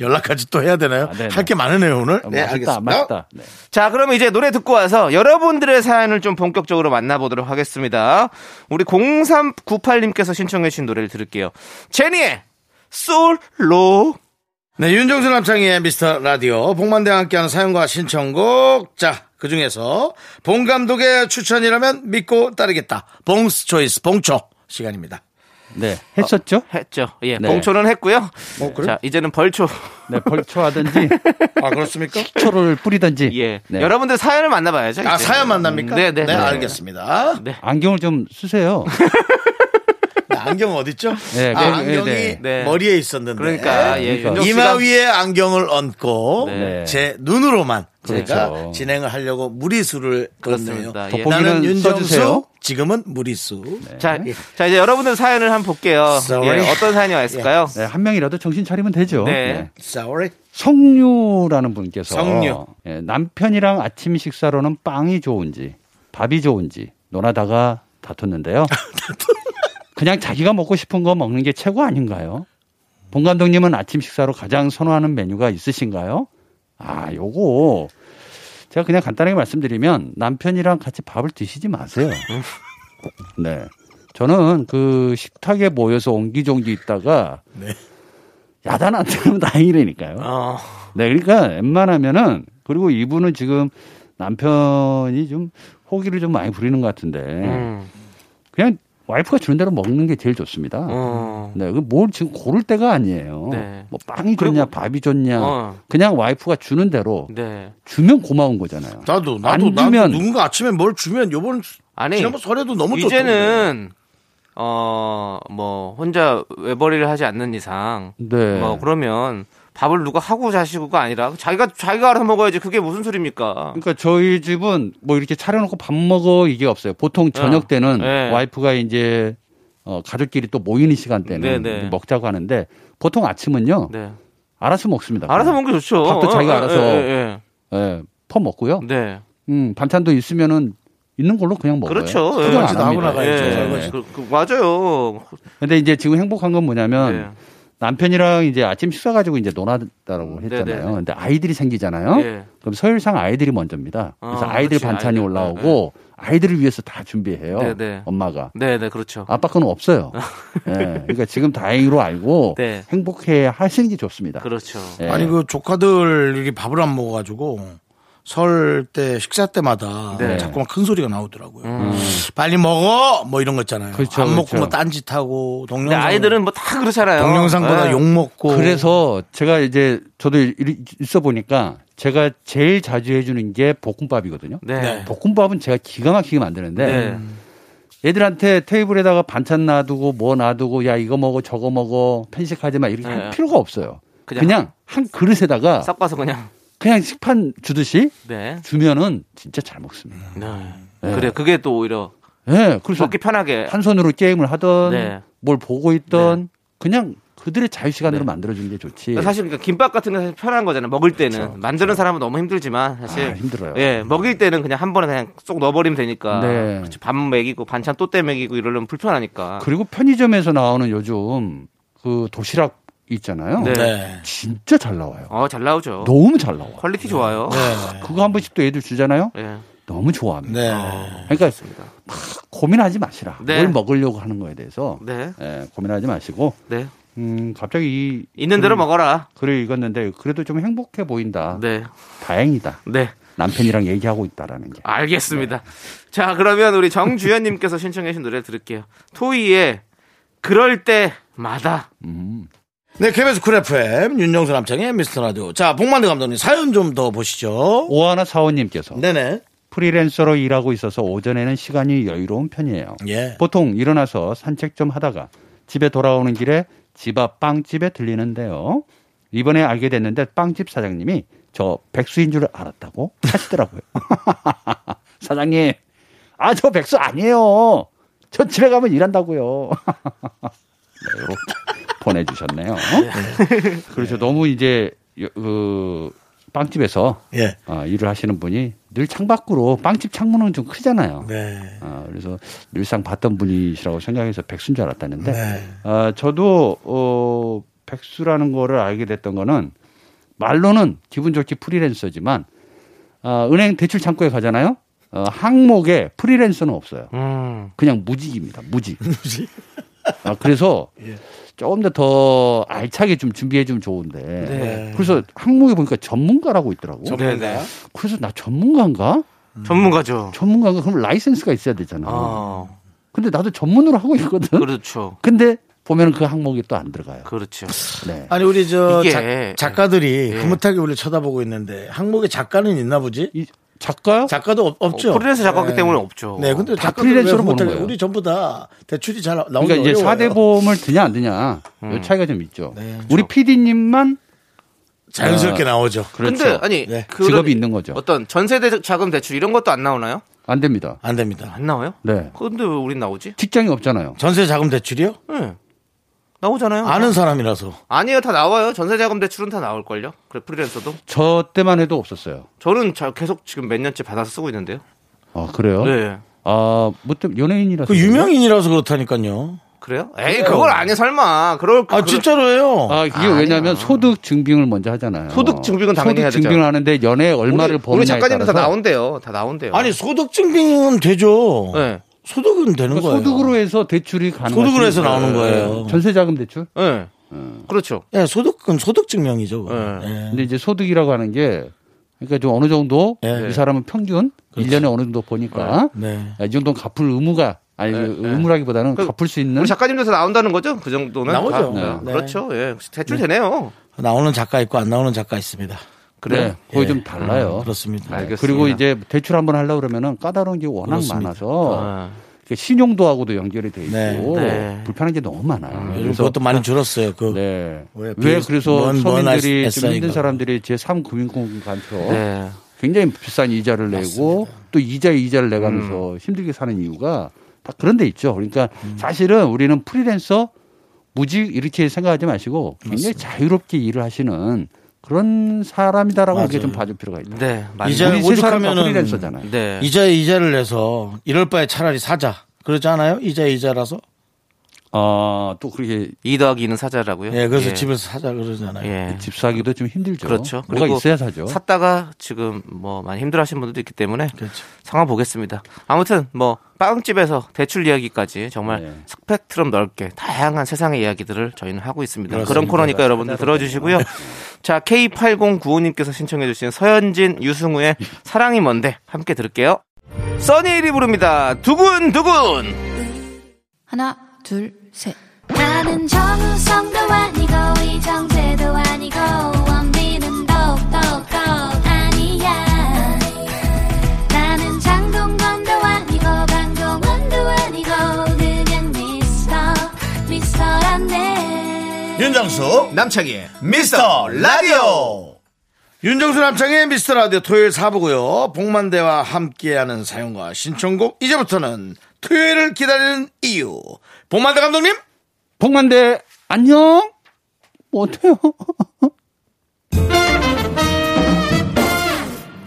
연락까지 또 해야 되나요? 네. 아, 네네. 할 게 많으네요, 오늘. 네, 맛있다, 맛있다. 네. 자, 그럼 이제 노래 듣고 와서 여러분들의 사연을 좀 본격적으로 만나보도록 하겠습니다. 우리 0398님께서 신청해주신 노래를 들을게요. 제니의 솔로. 네, 윤정수 남창희의 미스터 라디오 복만대와 함께하는 사연과 신청곡 자, 그 중에서 봉 감독의 추천이라면 믿고 따르겠다 봉스 초이스 봉초 시간입니다 네, 했었죠? 했죠. 예, 네. 봉초는 했고요. 어, 그래요? 자, 이제는 벌초. 네, 벌초하든지 아 그렇습니까? 초를 뿌리든지. 예. 네. 여러분들 사연을 만나봐야죠. 아 이제. 사연 만납니까? 음, 네, 네. 알겠습니다 네. 안경을 좀 쓰세요. 네, 안경 어딨죠? 네, 아, 그, 안경이 네, 네. 머리에 있었는데 그러니까, 예. 윤정 그러니까. 씨가- 이마 위에 안경을 얹고 네. 제 눈으로만 제가 그렇죠. 진행을 하려고 무리수를 걷네요 그렇습니다. 나는 예. 돋보기는 네. 윤정수 써주세요. 지금은 무리수 자, 자 이제 여러분들 사연을 한번 볼게요. Sorry. 예, 어떤 사연이 왔을까요? 네, 한 명이라도 정신 차리면 되죠. 예. 네. Sorry 성류라는 분께서 성류. 예, 남편이랑 아침 식사로는 빵이 좋은지 밥이 좋은지 논하다가 다퉜는데요. 그냥 자기가 먹고 싶은 거 먹는 게 최고 아닌가요? 봉 감독님은 아침 식사로 가장 선호하는 메뉴가 있으신가요? 아, 요거 제가 그냥 간단하게 말씀드리면 남편이랑 같이 밥을 드시지 마세요. 음. 네. 저는 그 식탁에 모여서 옹기종기 있다가 네. 야단 안 되면 다행이라니까요. 어, 네, 그러니까 웬만하면은 그리고 이분은 지금 남편이 좀 호기를 좀 많이 부리는 것 같은데 음, 그냥 와이프가 주는 대로 먹는 게 제일 좋습니다. 어, 네, 그 뭘 지금 고를 때가 아니에요. 네. 뭐 빵이 좋냐, 밥이 좋냐, 어. 그냥 와이프가 주는 대로 네. 주면 고마운 거잖아요. 나도 나도 안 나도 주면- 누군가 아침에 뭘 주면 요번 아니, 지난번 설에도 너무 좋던데. 이제는 어, 뭐 혼자 외벌이를 하지 않는 이상 네. 뭐 그러면 밥을 누가 하고 자시고가 아니라 자기가 자기가 알아 먹어야지 그게 무슨 소리입니까? 그러니까 저희 집은 뭐 이렇게 차려놓고 밥 먹어 이게 없어요. 보통 저녁 때는 네. 와이프가 이제 어, 가족끼리 또 모이는 시간 때는 네, 네. 먹자고 하는데 보통 아침은요. 네. 알아서 먹습니다. 알아서 먹는 게 좋죠. 밥도 자기가 어, 알아서. 예, 예, 예, 퍼 먹고요. 예. 네. 음, 반찬도 있으면은 있는 걸로 그냥 먹어요. 그렇죠. 예. 포장 안 설거지도 하고 합니다. 나가야죠. 예. 설거지. 그, 그, 맞아요. 근데 이제 지금 행복한 건 뭐냐면 네. 남편이랑 이제 아침 식사 가지고 이제 논하다라고 했잖아요. 음, 네네. 근데 아이들이 생기잖아요. 예. 그럼 서열상 아이들이 먼저입니다. 그래서 어, 아이들 그렇지. 반찬이 아이들. 네, 올라오고 아이들을 위해서 다 준비해요. 네네. 엄마가. 네, 네, 그렇죠. 아빠 건 없어요. 예. 그러니까 지금 다행으로 알고 네. 행복해 하시는 게 좋습니다. 그렇죠. 예. 아니 그 조카들이 밥을 안 먹어가지고 설 때 식사 때마다 네. 자꾸만 큰 소리가 나오더라고요. 빨리 먹어 뭐 이런 거 있잖아요. 그렇죠, 안 먹고 그렇죠. 뭐 딴짓하고 근데 동영상 아이들은 뭐 다 그렇잖아요. 동영상보다 예. 욕 먹고 그래서 제가 이제 저도 일- 일- 있어 보니까 제가 제일 자주 해주는 게 볶음밥이거든요. 네. 네. 볶음밥은 제가 기가 막히게 만드는데 네. 애들한테 테이블에다가 반찬 놔두고 뭐 놔두고 야 이거 먹어 저거 먹어 편식하지 마 이렇게 네. 할 필요가 없어요. 그냥 그냥, 한 그릇에다가 섞어서 그냥. 그냥 식판 주듯이 네. 주면은 진짜 잘 먹습니다. 네. 그래 그게 또 오히려 예, 네. 그래서 먹기 편하게. 한 손으로 게임을 하던 네. 뭘 보고 있던 그냥 그들의 자유 시간으로 만들어 주는 게 좋지. 사실 그러니까 김밥 같은 게 사실 편한 거잖아요. 먹을 때는 만드는 사람은 너무 힘들지만 사실 그렇죠. 아, 힘들어요. 예, 먹일 때는 그냥 한 번에 그냥 쏙 넣어버리면 되니까. 네. 그렇죠. 밥 먹이고 반찬 또 때 먹이고 이러려면 불편하니까. 그리고 편의점에서 나오는 요즘 그 도시락 있잖아요. 네. 네. 진짜 잘 나와요. 어, 잘 나오죠. 너무 잘 나와. 요 퀄리티 좋아요. 네. 그거 한 번씩 또 애들 주잖아요. 예. 너무 좋아합니다. 네. 그러니까 좋습니다. 고민하지 마시라. 네. 뭘 먹으려고 하는 거에 대해서 네. 예, 고민하지 마시고 네. 음, 갑자기 이 있는 대로 글- 먹어라. 글을 읽었는데 그래도 좀 행복해 보인다. 네. 다행이다. 네. 남편이랑 얘기하고 있다라는 게. 알겠습니다. 자, 그러면 우리 정주현님께서 신청해주신 노래 들을게요. 토이의 그럴 때마다. 네, KBS 쿨 FM, 윤정수 남창의 미스터 라디오. 자, 복만대 감독님, 사연 좀 더 보시죠. 오하나 사원님께서 네네. 프리랜서로 일하고 있어서 오전에는 시간이 여유로운 편이에요. 예. 보통 일어나서 산책 좀 하다가 집에 돌아오는 길에 집 앞 빵집에 들리는데요. 이번에 알게 됐는데 빵집 사장님이 저 백수인 줄 알았다고 하시더라고요. 사장님, 아 저 백수 아니에요. 저 집에 가면 일한다고요. 네, 이렇게 보내주셨네요. 그렇죠. 너무 이제 여- 그 빵집에서 예. 아, 일을 하시는 분이 늘 창밖으로 빵집 창문은 좀 크잖아요. 네. 아, 그래서 늘상 봤던 분이시라고 생각해서 백수인 줄 알았다는데 네. 아, 저도 어, 백수라는 거를 알게 됐던 거는 말로는 기분 좋게 프리랜서지만 아, 은행 대출 창구에 가잖아요. 어, 항목에 프리랜서는 없어요. 음. 그냥 무직입니다. 무직. 아, 그래서 조금 더 더 알차게 좀 준비해 주면 좋은데. 네. 그래서 항목에 보니까 전문가라고 있더라고. 전문가. 그래서 나 전문가인가? 네. 전문가죠. 전문가가 그럼 라이센스가 있어야 되잖아. 어, 근데 나도 전문으로 하고 있거든. 그렇죠. 근데 보면은 그 항목이 또 안 들어가요. 그렇죠. 네. 아니, 우리 저 이게- 작, 가들이 예. 흐뭇하게 우리 쳐다보고 있는데, 항목에 작가는 있나 보지? 이 작가요? 작가도 없, 죠 어, 프리랜서 작가기 때문에 없죠. 그렇죠. 네, 근데 다 작가들 왜 프리랜서로 보는 흐뭇하게 거예요. 우리 전부 다 대출이 잘 나오는 그러니까 이제 어려워요. 4대 보험을 드냐 안 드냐 요 차이가 좀 있죠. 네, 그렇죠. 우리 PD님만 자연스럽게 나오죠. 그렇죠. 근데 아니 네. 그런 직업이 있는 거죠. 어떤 전세대 자금 대출 이런 것도 안 나오나요? 안 됩니다. 안 됩니다. 안 나와요? 네. 근데 왜 우린 나오지? 직장이 없잖아요. 전세 자금 대출이요? 예. 나오잖아요. 아는 사람이라서. 아니에요, 다 나와요. 전세 자금 대출은 다 나올 걸요. 그래 프리랜서도. 저 때만 해도 없었어요. 저는 자- 계속 지금 몇 년째 받아서 쓰고 있는데요. 아 그래요? 네. 아, 무튼 연예인이라서 그 유명인이라서 그렇다니까요. 그래요? 어. 에이 그걸 아니 설마. 그럴 아, 그럴- 진짜로예요. 아, 이게 왜냐면 소득 증빙을 먼저 하잖아요. 소득 증빙은 당연히 소득 해야 되죠. 증빙을 하는데 연애에 우리, 얼마를 우리 버느냐에 작가님도 따라서 다 나온대요. 다 나온대요. 아니 소득 증빙은 되죠. 예. 소득은 되는 네. 그러니까 거예요. 소득으로 해서 대출이 가능. 소득으로 해서 나오는 거예요. 전세자금 대출? 예. 어. 그렇죠. 예, 소득은 소득 증명이죠. 그건. 예. 근데 이제 소득이라고 하는 게 그러니까 좀 어느 정도 예. 그렇죠. 이 사람은 평균 일년에 어느 정도 보니까 네. 야, 이 정도는 갚을 의무가 아니 의무라기보다는 그- 갚을 수 있는 우리 작가님도 다 나온다는 거죠? 그 정도는 나오죠. 다- 네. 그렇죠. 예. 대출 되네요. 나오는 작가 있고 안 나오는 작가 있습니다. 그래요. 네, 거의 예. 좀 달라요. 음, 그렇습니다. 알겠습니다. 그리고 이제 대출 한번 하려고 그러면은 까다로운 게 워낙 그렇습니다. 많아서 아. 그 신용도하고도 연결이 돼 있고 네. 네. 불편한 게 너무 많아요. 요즘 예, 그것도 많이 줄었어요. 그 네. 왜, 왜 비즈- 그래서 뭔- 뭔 서민들이 아이- 좀 힘든 SI 가. 사람들이 제3금융공간처럼 네. 굉장히 비싼 이자를 내고 또 이자에 이자를 내가면서 힘들게 사는 이유가 다 그런 데 있죠. 그러니까 사실은 우리는 프리랜서 무직 이렇게 생각하지 마시고 굉장히 자유롭게 일을 하시는 그런 사람이다라고 이렇게 좀 봐줄 필요가 있다. 네. 맞 이제 우리 세 사람 다 오죽하면은- 프리랜서잖아요. 네. 이자에 이자를 내서 이럴 바에 차라리 사자. 그러지 않아요? 이자에 이자라서. 아, 또 그렇게 이 더하기 는 사자라고요? 예, 그래서 예. 집에서 사자 그러잖아요. 예. 집 사기도 좀 힘들죠. 그렇죠. 뭐가 있어야 사죠. 샀다가 지금 뭐 많이 힘들어하시는 분들도 있기 때문에 그렇죠. 상황 보겠습니다. 아무튼 뭐 빵집에서 대출 이야기까지 정말 네. 스펙트럼 넓게 다양한 세상의 이야기들을 저희는 하고 있습니다. 그런 그렇습니다. 코너니까 여러분들 들어주시고요. 자 K8095님께서 신청해주신 서현진 유승우의 사랑이 뭔데 함께 들을게요. 써니일이 부릅니다. 두근두근. 하나, 둘, 셋. 나는 정우성도 아니고 이정재도 아니고 원빈은 더욱더 아니야 나는 장동건도 아니고 강동원도 아니고 그냥 미스터 미스터란데 윤정수 남창희 미스터 라디오 윤정수 남창희 미스터 라디오 토요일 사부고요 복만대와 함께하는 사연과 신청곡 이제부터는 토요일을 기다리는 이유. 복만대 감독님? 복만대 안녕 뭐 못해요.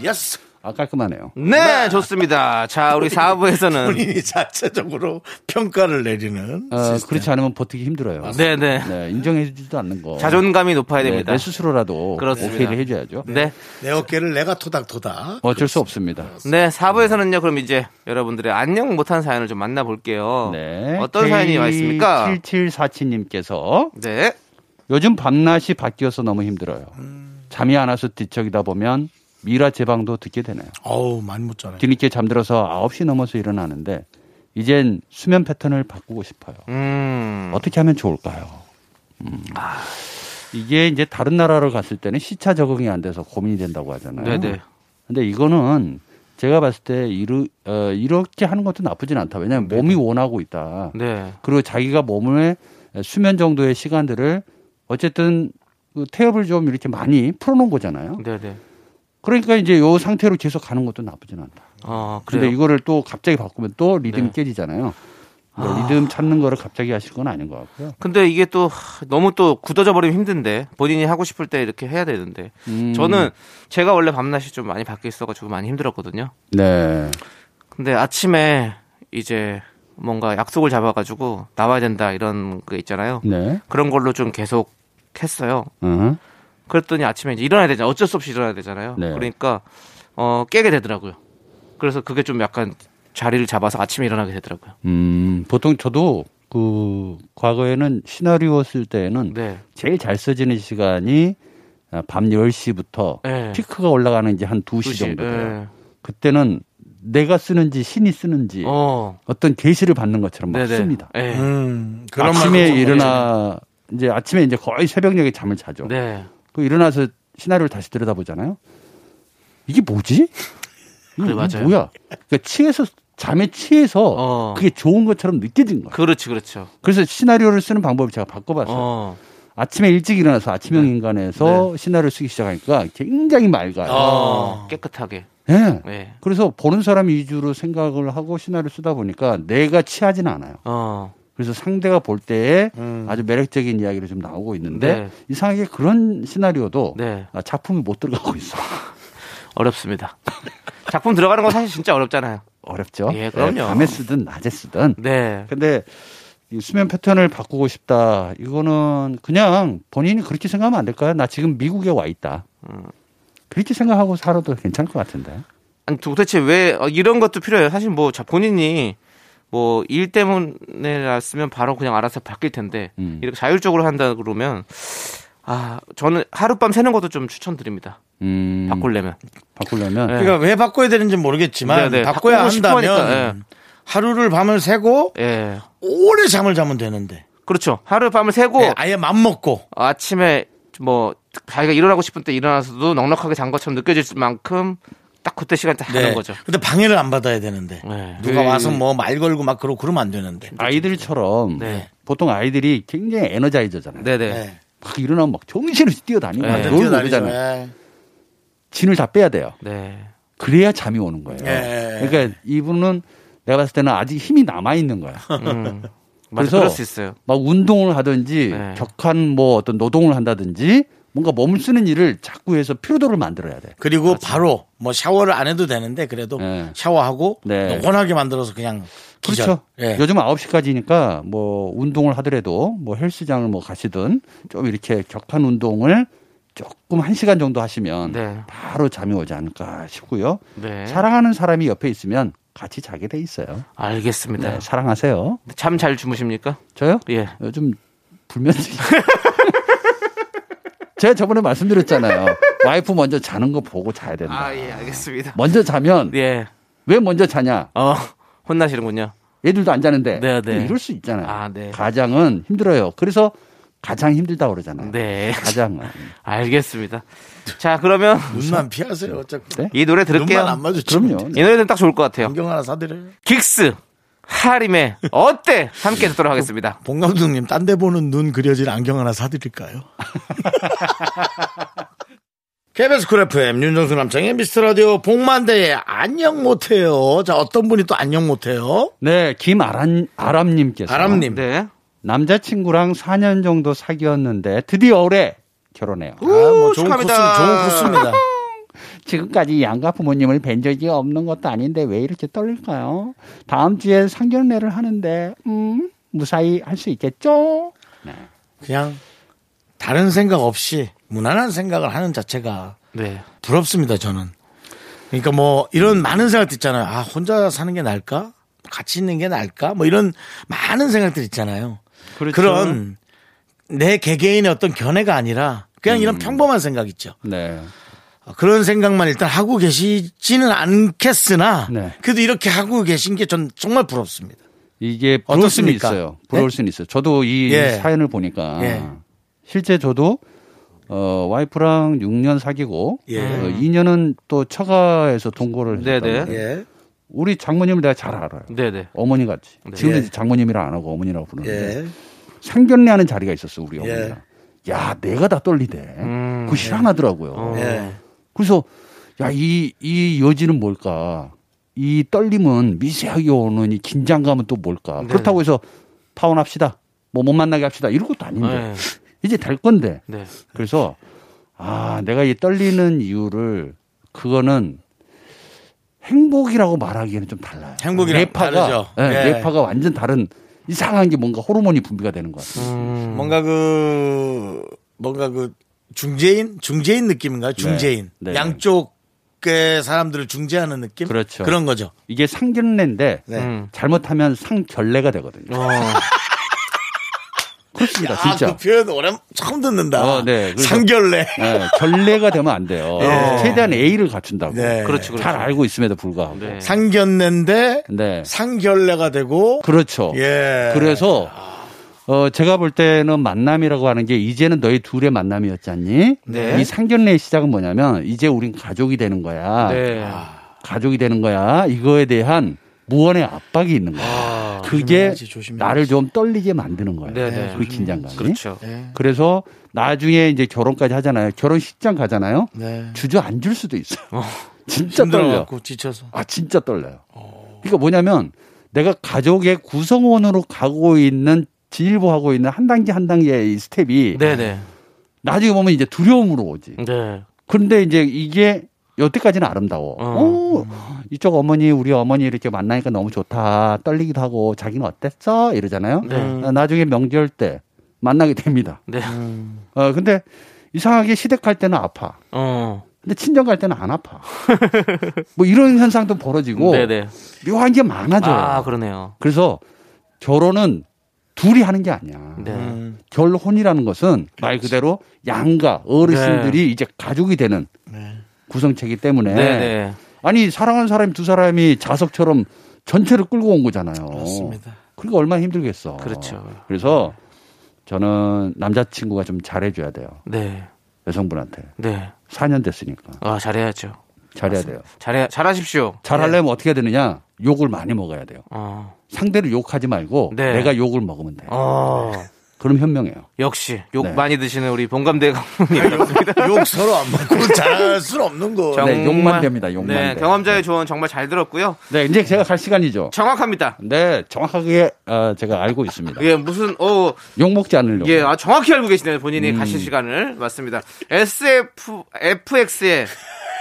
예스. 아 깔끔하네요. 네, 좋습니다. 자, 우리 4부에서는. 본인이 자체적으로 평가를 내리는. 어, 시스템. 그렇죠. 그렇지 않으면 버티기 힘들어요. 네네. 네, 인정해주지도 않는 거. 자존감이 높아야 네, 됩니다. 내 스스로라도 그렇습니다. 오케이를 해줘야죠. 뭐 네. 내 어깨를 내가 토닥토닥. 어쩔 수 없습니다. 네, 4부에서는요, 그럼 이제 여러분들의 안녕 못한 사연을 좀 만나볼게요. 네. 어떤 사연이 와 있습니까? 7747님께서 네. 요즘 밤낮이 바뀌어서 너무 힘들어요. 잠이 안 와서 뒤척이다 보면 미라 제방도 듣게 되네요. 어우, 많이 못 자네. 뒤늦게 잠들어서 9시 넘어서 일어나는데 이젠 수면 패턴을 바꾸고 싶어요. 음. 어떻게 하면 좋을까요? 음. 이게 이제 다른 나라로 갔을 때는 시차 적응이 안 돼서 고민이 된다고 하잖아요. 네네. 근데 이거는 제가 봤을 때 이르, 어, 이렇게 하는 것도 나쁘진 않다. 왜냐하면 몸이 원하고 있다. 네. 그리고 자기가 몸의 수면 정도의 시간들을 어쨌든 그 태엽을 좀 이렇게 많이 풀어놓은 거잖아요. 네네. 그러니까 이제 요 상태로 계속 가는 것도 나쁘진 않다. 어, 근데 그래요. 이거를 또 갑자기 바꾸면 또 리듬이 네. 깨지잖아요. 그러니까 리듬 찾는 거를 갑자기 하실 건 아닌 것 같고요. 근데 이게 또 하, 너무 또 굳어져 버리면 힘든데 본인이 하고 싶을 때 이렇게 해야 되는데 음. 저는 제가 원래 밤낮이 좀 많이 바뀌어 있어가지고 많이 힘들었거든요. 네. 근데 아침에 이제 뭔가 약속을 잡아가지고 나와야 된다 이런 거 있잖아요. 네. 그런 걸로 좀 계속 했어요. 어. 그랬더니 아침에 이제 일어나야 되잖아요. 어쩔 수 없이 일어나야 되잖아요. 네. 그러니까 어 깨게 되더라고요. 그래서 그게 좀 약간 자리를 잡아서 아침에 일어나게 되더라고요. 음, 보통 저도 그 과거에는 시나리오 쓸 때에는 네. 제일 잘 써지는 시간이 아, 밤 10시부터 네. 피크가 올라가는 이제 한 2시, 두시, 정도 돼요. 네. 그때는 내가 쓰는지 신이 쓰는지 어. 어. 떤 계시를 받는 것처럼 막 네네. 씁니다. 네. 음, 그런 아침에 말도 좀 일어나 이제 아침에 이제 거의 새벽녘에 잠을 자죠. 네. 그 일어나서 시나리오를 다시 들여다보잖아요. 이게 뭐지? 그래, 이거 네, 맞아요. 뭐야? 그러니까 취해서 잠에 취해서 어. 그게 좋은 것처럼 느껴진 거예요. 그렇지, 그렇죠. 그래서 시나리오를 쓰는 방법을 제가 바꿔봤어요. 어. 아침에 일찍 일어나서 네. 아침형 인간에서 시나리오 쓰기 시작하니까 굉장히 맑아요. 어. 깨끗하게. 예. 네. 그래서 보는 사람 위주로 생각을 하고 시나리오 쓰다 보니까 내가 취하진 않아요. 어. 그래서 상대가 볼 때에 아주 매력적인 이야기를 좀 나오고 있는데 음. 네. 이상하게 그런 시나리오도 네. 아, 작품이 못 들어가고 있어. 어렵습니다. 작품 들어가는 거 사실 진짜 어렵잖아요. 어렵죠. 네, 예, 그럼요. 밤에 쓰든 낮에 쓰든. 네. 근데 이 수면 패턴을 바꾸고 싶다. 이거는 그냥 본인이 그렇게 생각하면 안 될까요? 나 지금 미국에 와 있다. 그렇게 생각하고 살아도 괜찮을 것 같은데. 아니, 도대체 왜 어, 이런 것도 필요해요. 사실 뭐 자, 본인이 뭐 일 때문에 났으면 바로 그냥 알아서 바뀔 텐데 음. 이렇게 자율적으로 한다 그러면 아 저는 하룻밤 새는 것도 좀 추천드립니다. 음, 바꾸려면 바꾸려면 네. 그러니까 왜 바꿔야 되는지 모르겠지만 네, 네. 바꿔야 바꾸고 싶어 한다면 하니까, 예. 하루를 밤을 새고 예 오래 잠을 자면 되는데 그렇죠. 하룻밤을 새고 네, 아예 맘 먹고 아침에 뭐 자기가 일어나고 싶을 때 일어나서도 넉넉하게 잔 것처럼 느껴질 만큼 딱 그때 시간 딱 하는 네. 거죠. 근데 방해를 안 받아야 되는데 네. 누가 그- 와서 뭐 말 걸고 막 그러고 그러면 안 되는데 아이들처럼 네. 보통 아이들이 굉장히 에너자이저잖아요. 네네. 네. 막 일어나면 막 정신없이 뛰어다니고 네. 막 뛰어다니죠. 놀고 그러잖아요. 예. 진을 다 빼야 돼요. 네. 그래야 잠이 오는 거예요. 예. 그러니까 이분은 내가 봤을 때는 아직 힘이 남아 있는 거야. 음. 맞아 그래서 그럴 수 있어요. 막 운동을 하든지 네. 격한 뭐 어떤 노동을 한다든지 뭔가 몸을 쓰는 일을 자꾸 해서 피로도를 만들어야 돼. 그리고 바로 뭐 샤워를 안 해도 되는데 그래도 네. 샤워하고 네. 노곤하게 만들어서 그냥 기절. 그렇죠. 예. 요즘 9시까지니까 뭐 운동을 하더라도 뭐 헬스장을 뭐 가시든 좀 이렇게 격한 운동을 조금 한시간 정도 하시면 네. 바로 잠이 오지 않을까 싶고요. 네. 사랑하는 사람이 옆에 있으면 같이 자게 돼 있어요. 알겠습니다. 네, 사랑하세요. 잠 잘 주무십니까? 저요? 예. 요즘 불면증. 제가 저번에 말씀드렸잖아요. 와이프 먼저 자는 거 보고 자야 된다. 아, 예, 알겠습니다. 먼저 자면 예. 왜 먼저 자냐? 어, 혼나시는군요. 얘들도 안 자는데 네, 네. 이럴 수 있잖아요. 아, 네. 가장은 힘들어요. 그래서 가장 힘들다 고 그러잖아요. 네. 가장은 알겠습니다. 자, 그러면 눈만 피하세요. 어차피 네? 이 노래 들을게요. 눈만 안 마주치면 그럼요. 네. 이 노래는 딱 좋을 것 같아요. 안경 하나 사드려요. 긱스, 하림의 어때? 함께 듣도록 하겠습니다. 봉 감독님 딴 데 보는 눈 그려진 안경 하나 사드릴까요? KBS 쿨 FM 윤정수 남창의 미스터라디오 복만대의 안녕 못해요. 자 어떤 분이 또 안녕 못해요? 네, 김아람 아람님께서 아람님. 네. 남자친구랑 4년 정도 사귀었는데 드디어 올해 결혼해요. 아, 뭐 우, 좋은 축하합니다. 코스, 좋은 코스입니다. 지금까지 양가 부모님을 뵌 적이 없는 것도 아닌데 왜 이렇게 떨릴까요? 다음 주에 상견례를 하는데 음, 무사히 할 수 있겠죠? 그냥 다른 생각 없이 무난한 생각을 하는 자체가 네. 부럽습니다 저는. 그러니까 뭐 이런 많은 생각들 있잖아요. 아 혼자 사는 게 나을까? 같이 있는 게 나을까? 뭐 이런 많은 생각들 있잖아요. 그렇죠. 그런 내 개개인의 어떤 견해가 아니라 그냥 음. 이런 평범한 생각 있죠. 아, 네. 그런 생각만 일단 하고 계시지는 않겠으나 네. 그래도 이렇게 하고 계신 게 전 정말 부럽습니다. 이게 부러울 수는 어떻습니까? 네? 있어요. 부러울 수는 있어요. 저도 이 예. 사연을 보니까 예. 실제 저도 어, 와이프랑 6년 사귀고 예. 어, 2년은 또 처가에서 동거를 네네. 했다. 예. 우리 장모님을 내가 잘 알아요. 네네. 어머니 같이. 지금도 예. 이제 장모님이라 안 하고 어머니라고 부르는데 예. 상견례하는 자리가 있었어 우리 예. 어머니가. 야 내가 다 떨리대. 그거 실망하더라고요. 예. 그래서 야 이 이 여지는 뭘까? 이 떨림은 미세하게 오는 이 긴장감은 또 뭘까? 그렇다고 해서 파혼합시다. 뭐 못 만나게 합시다. 이런 것도 아닌데 네. 이제 될 건데. 네. 그래서 아 내가 이 떨리는 이유를 그거는 행복이라고 말하기에는 좀 달라요. 행복이랑 다르죠. 네, 예. 뇌파가 완전 다른 이상한 게 뭔가 호르몬이 분비가 되는 것 같아요. 뭔가 그 뭔가 그 중재인 중재인 느낌인가요? 중재인 네. 네. 양쪽의 사람들을 중재하는 느낌 그렇죠. 그런 거죠. 이게 상견례인데 네. 음. 잘못하면 상결례가 되거든요. 어. 그렇습니다, 아, 진짜. 그 표현 오랜 처음 듣는다. 어, 네. 그래서- 상결례. 네, 결례가 되면 안 돼요. 예. 최대한 A를 갖춘다고. 네. 그렇죠, 그렇죠. 잘 알고 있음에도 불구하고. 네. 상견례인데 네. 상결례가 되고 그렇죠. 예. 그래서 어, 제가 볼 때는 만남이라고 하는 게 이제는 너희 둘의 만남이었지 않니? 네. 이 상견례의 시작은 뭐냐면 이제 우린 가족이 되는 거야. 네. 가족이 되는 거야. 이거에 대한 무언의 압박이 있는 거야. 아, 그게 조심해야지, 조심해야지. 나를 좀 떨리게 만드는 거예요. 네네. 그 긴장감이. 그렇죠. 예. 그래서 나중에 이제 결혼까지 하잖아요. 결혼식장 가잖아요. 네. 주저앉을 수도 있어요. 진짜 떨려. 힘들어갖고 지쳐서 아 진짜 떨려요. 그러니까 뭐냐면 내가 가족의 구성원으로 가고 있는 진일보하고 있는 한 단계 한 단계의 이 스텝이 네네. 나중에 보면 이제 두려움으로 오지. 네. 그런데 이제 이게 여태까지는 아름다워. 어. 오, 이쪽 어머니 우리 어머니 이렇게 만나니까 너무 좋다. 떨리기도 하고 자기는 어땠어 이러잖아요. 네. 어, 나중에 명절 때 만나게 됩니다. 네. 어 근데 이상하게 시댁 갈 때는 아파. 어. 근데 친정 갈 때는 안 아파. 뭐 이런 현상도 벌어지고 네네. 묘한 게 많아져요. 아, 그러네요. 그래서 결혼은 둘이 하는 게 아니야. 네. 음. 결혼이라는 것은 말 그대로 양가 어르신들이 이제 가족이 되는 네. 구성체이기 때문에 네. 네네. 아니 사랑하는 사람이 두 사람이 자석처럼 전체를 끌고 온 거잖아요. 그렇습니다. 그러니까 얼마나 힘들겠어. 그렇죠. 그래서 저는 남자친구가 좀 잘해줘야 돼요. 네. 여성분한테 네. 4년 됐으니까 아, 잘해야죠. 잘해야 돼요. 잘해, 잘하십시오. 잘하려면 어떻게 해야 되느냐? 욕을 많이 먹어야 돼요. 어. 상대를 욕하지 말고 네. 내가 욕을 먹으면 돼. 요 어. 그럼 현명해요. 역시 욕 네. 많이 드시는 우리 봉감대 감독님. 욕 서로 안 먹고 잘할 수는 없는 거. 정- 네, 욕만 됩니다, 욕만 네, 돼. 경험자의 조언 정말 잘 들었고요. 네, 이제 제가 갈 시간이죠. 정확합니다. 네, 정확하게 어, 제가 알고 있습니다. 예, 무슨 어, 욕 먹지 않으려고. 예, 아, 정확히 알고 계시네요. 본인이 음. 가실 시간을 맞습니다. SF FX의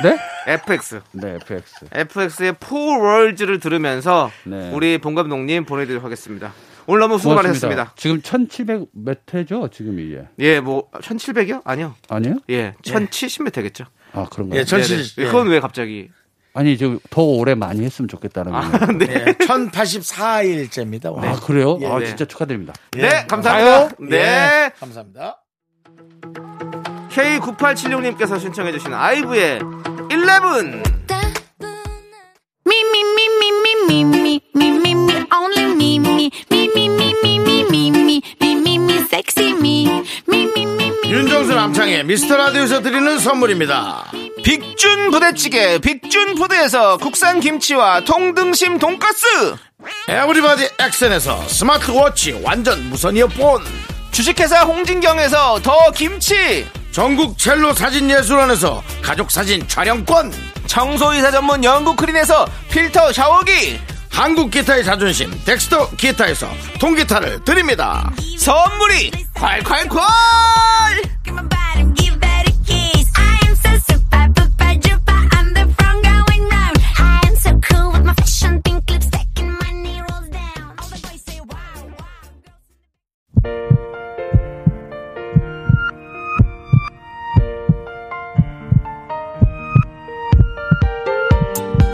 네? FX 네, FX. FX의 Four Worlds를 들으면서 네. 우리 봉 감독님 보내드리도록 하겠습니다. 오늘 너무 수고 많으셨습니다. 지금 1700몇 회죠? 지금 이게. 예, 뭐 1,700이요? 아니요. 아니에요? 예, 1,070몇 되겠죠. 아, 그런가요? 예, 네네. 천시 예, 그건 왜 갑자기? 아니, 지금 더 오래 많이 했으면 좋겠다는 아, 네. 예, 1084일째입니다. 아, 그래요? 예, 아, 네. 진짜 축하드립니다. 네, 감사합니다. 아유, 네. 예, 감사합니다. K9876님께서 신청해주신 아이브의 11! 윤정수 남창의 미스터 라디오에서 드리는 선물입니다. 빅준 부대찌개, 빅준 푸드에서 국산 김치와 통등심 돈가스! 에브리바디 액션에서 스마트워치 완전 무선 이어폰 주식회사 홍진경에서 더 김치! 전국 첼로 사진 예술원에서 가족 사진 촬영권. 청소이사 전문 영국 크린에서 필터 샤워기 한국 기타의 자존심 덱스터 기타에서 통기타를 드립니다. 선물이 콸콸콸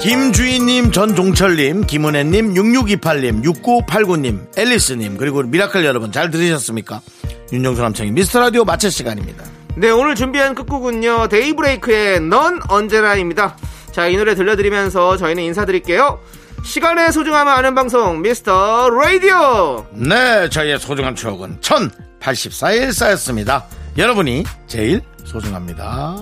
김주인님, 전종철님, 김은혜님, 6628님, 6989님, 앨리스님, 그리고 미라클 여러분 잘 들으셨습니까? 윤정수 남창희 미스터라디오 마칠 시간입니다. 네 오늘 준비한 끝곡은요 데이브레이크의 넌 언제나입니다 자 이 노래 들려드리면서 저희는 인사드릴게요 시간의 소중함을 아는 방송 미스터 라디오 네, 저희의 소중한 추억은 1084일 쌓였습니다. 여러분이 제일 소중합니다.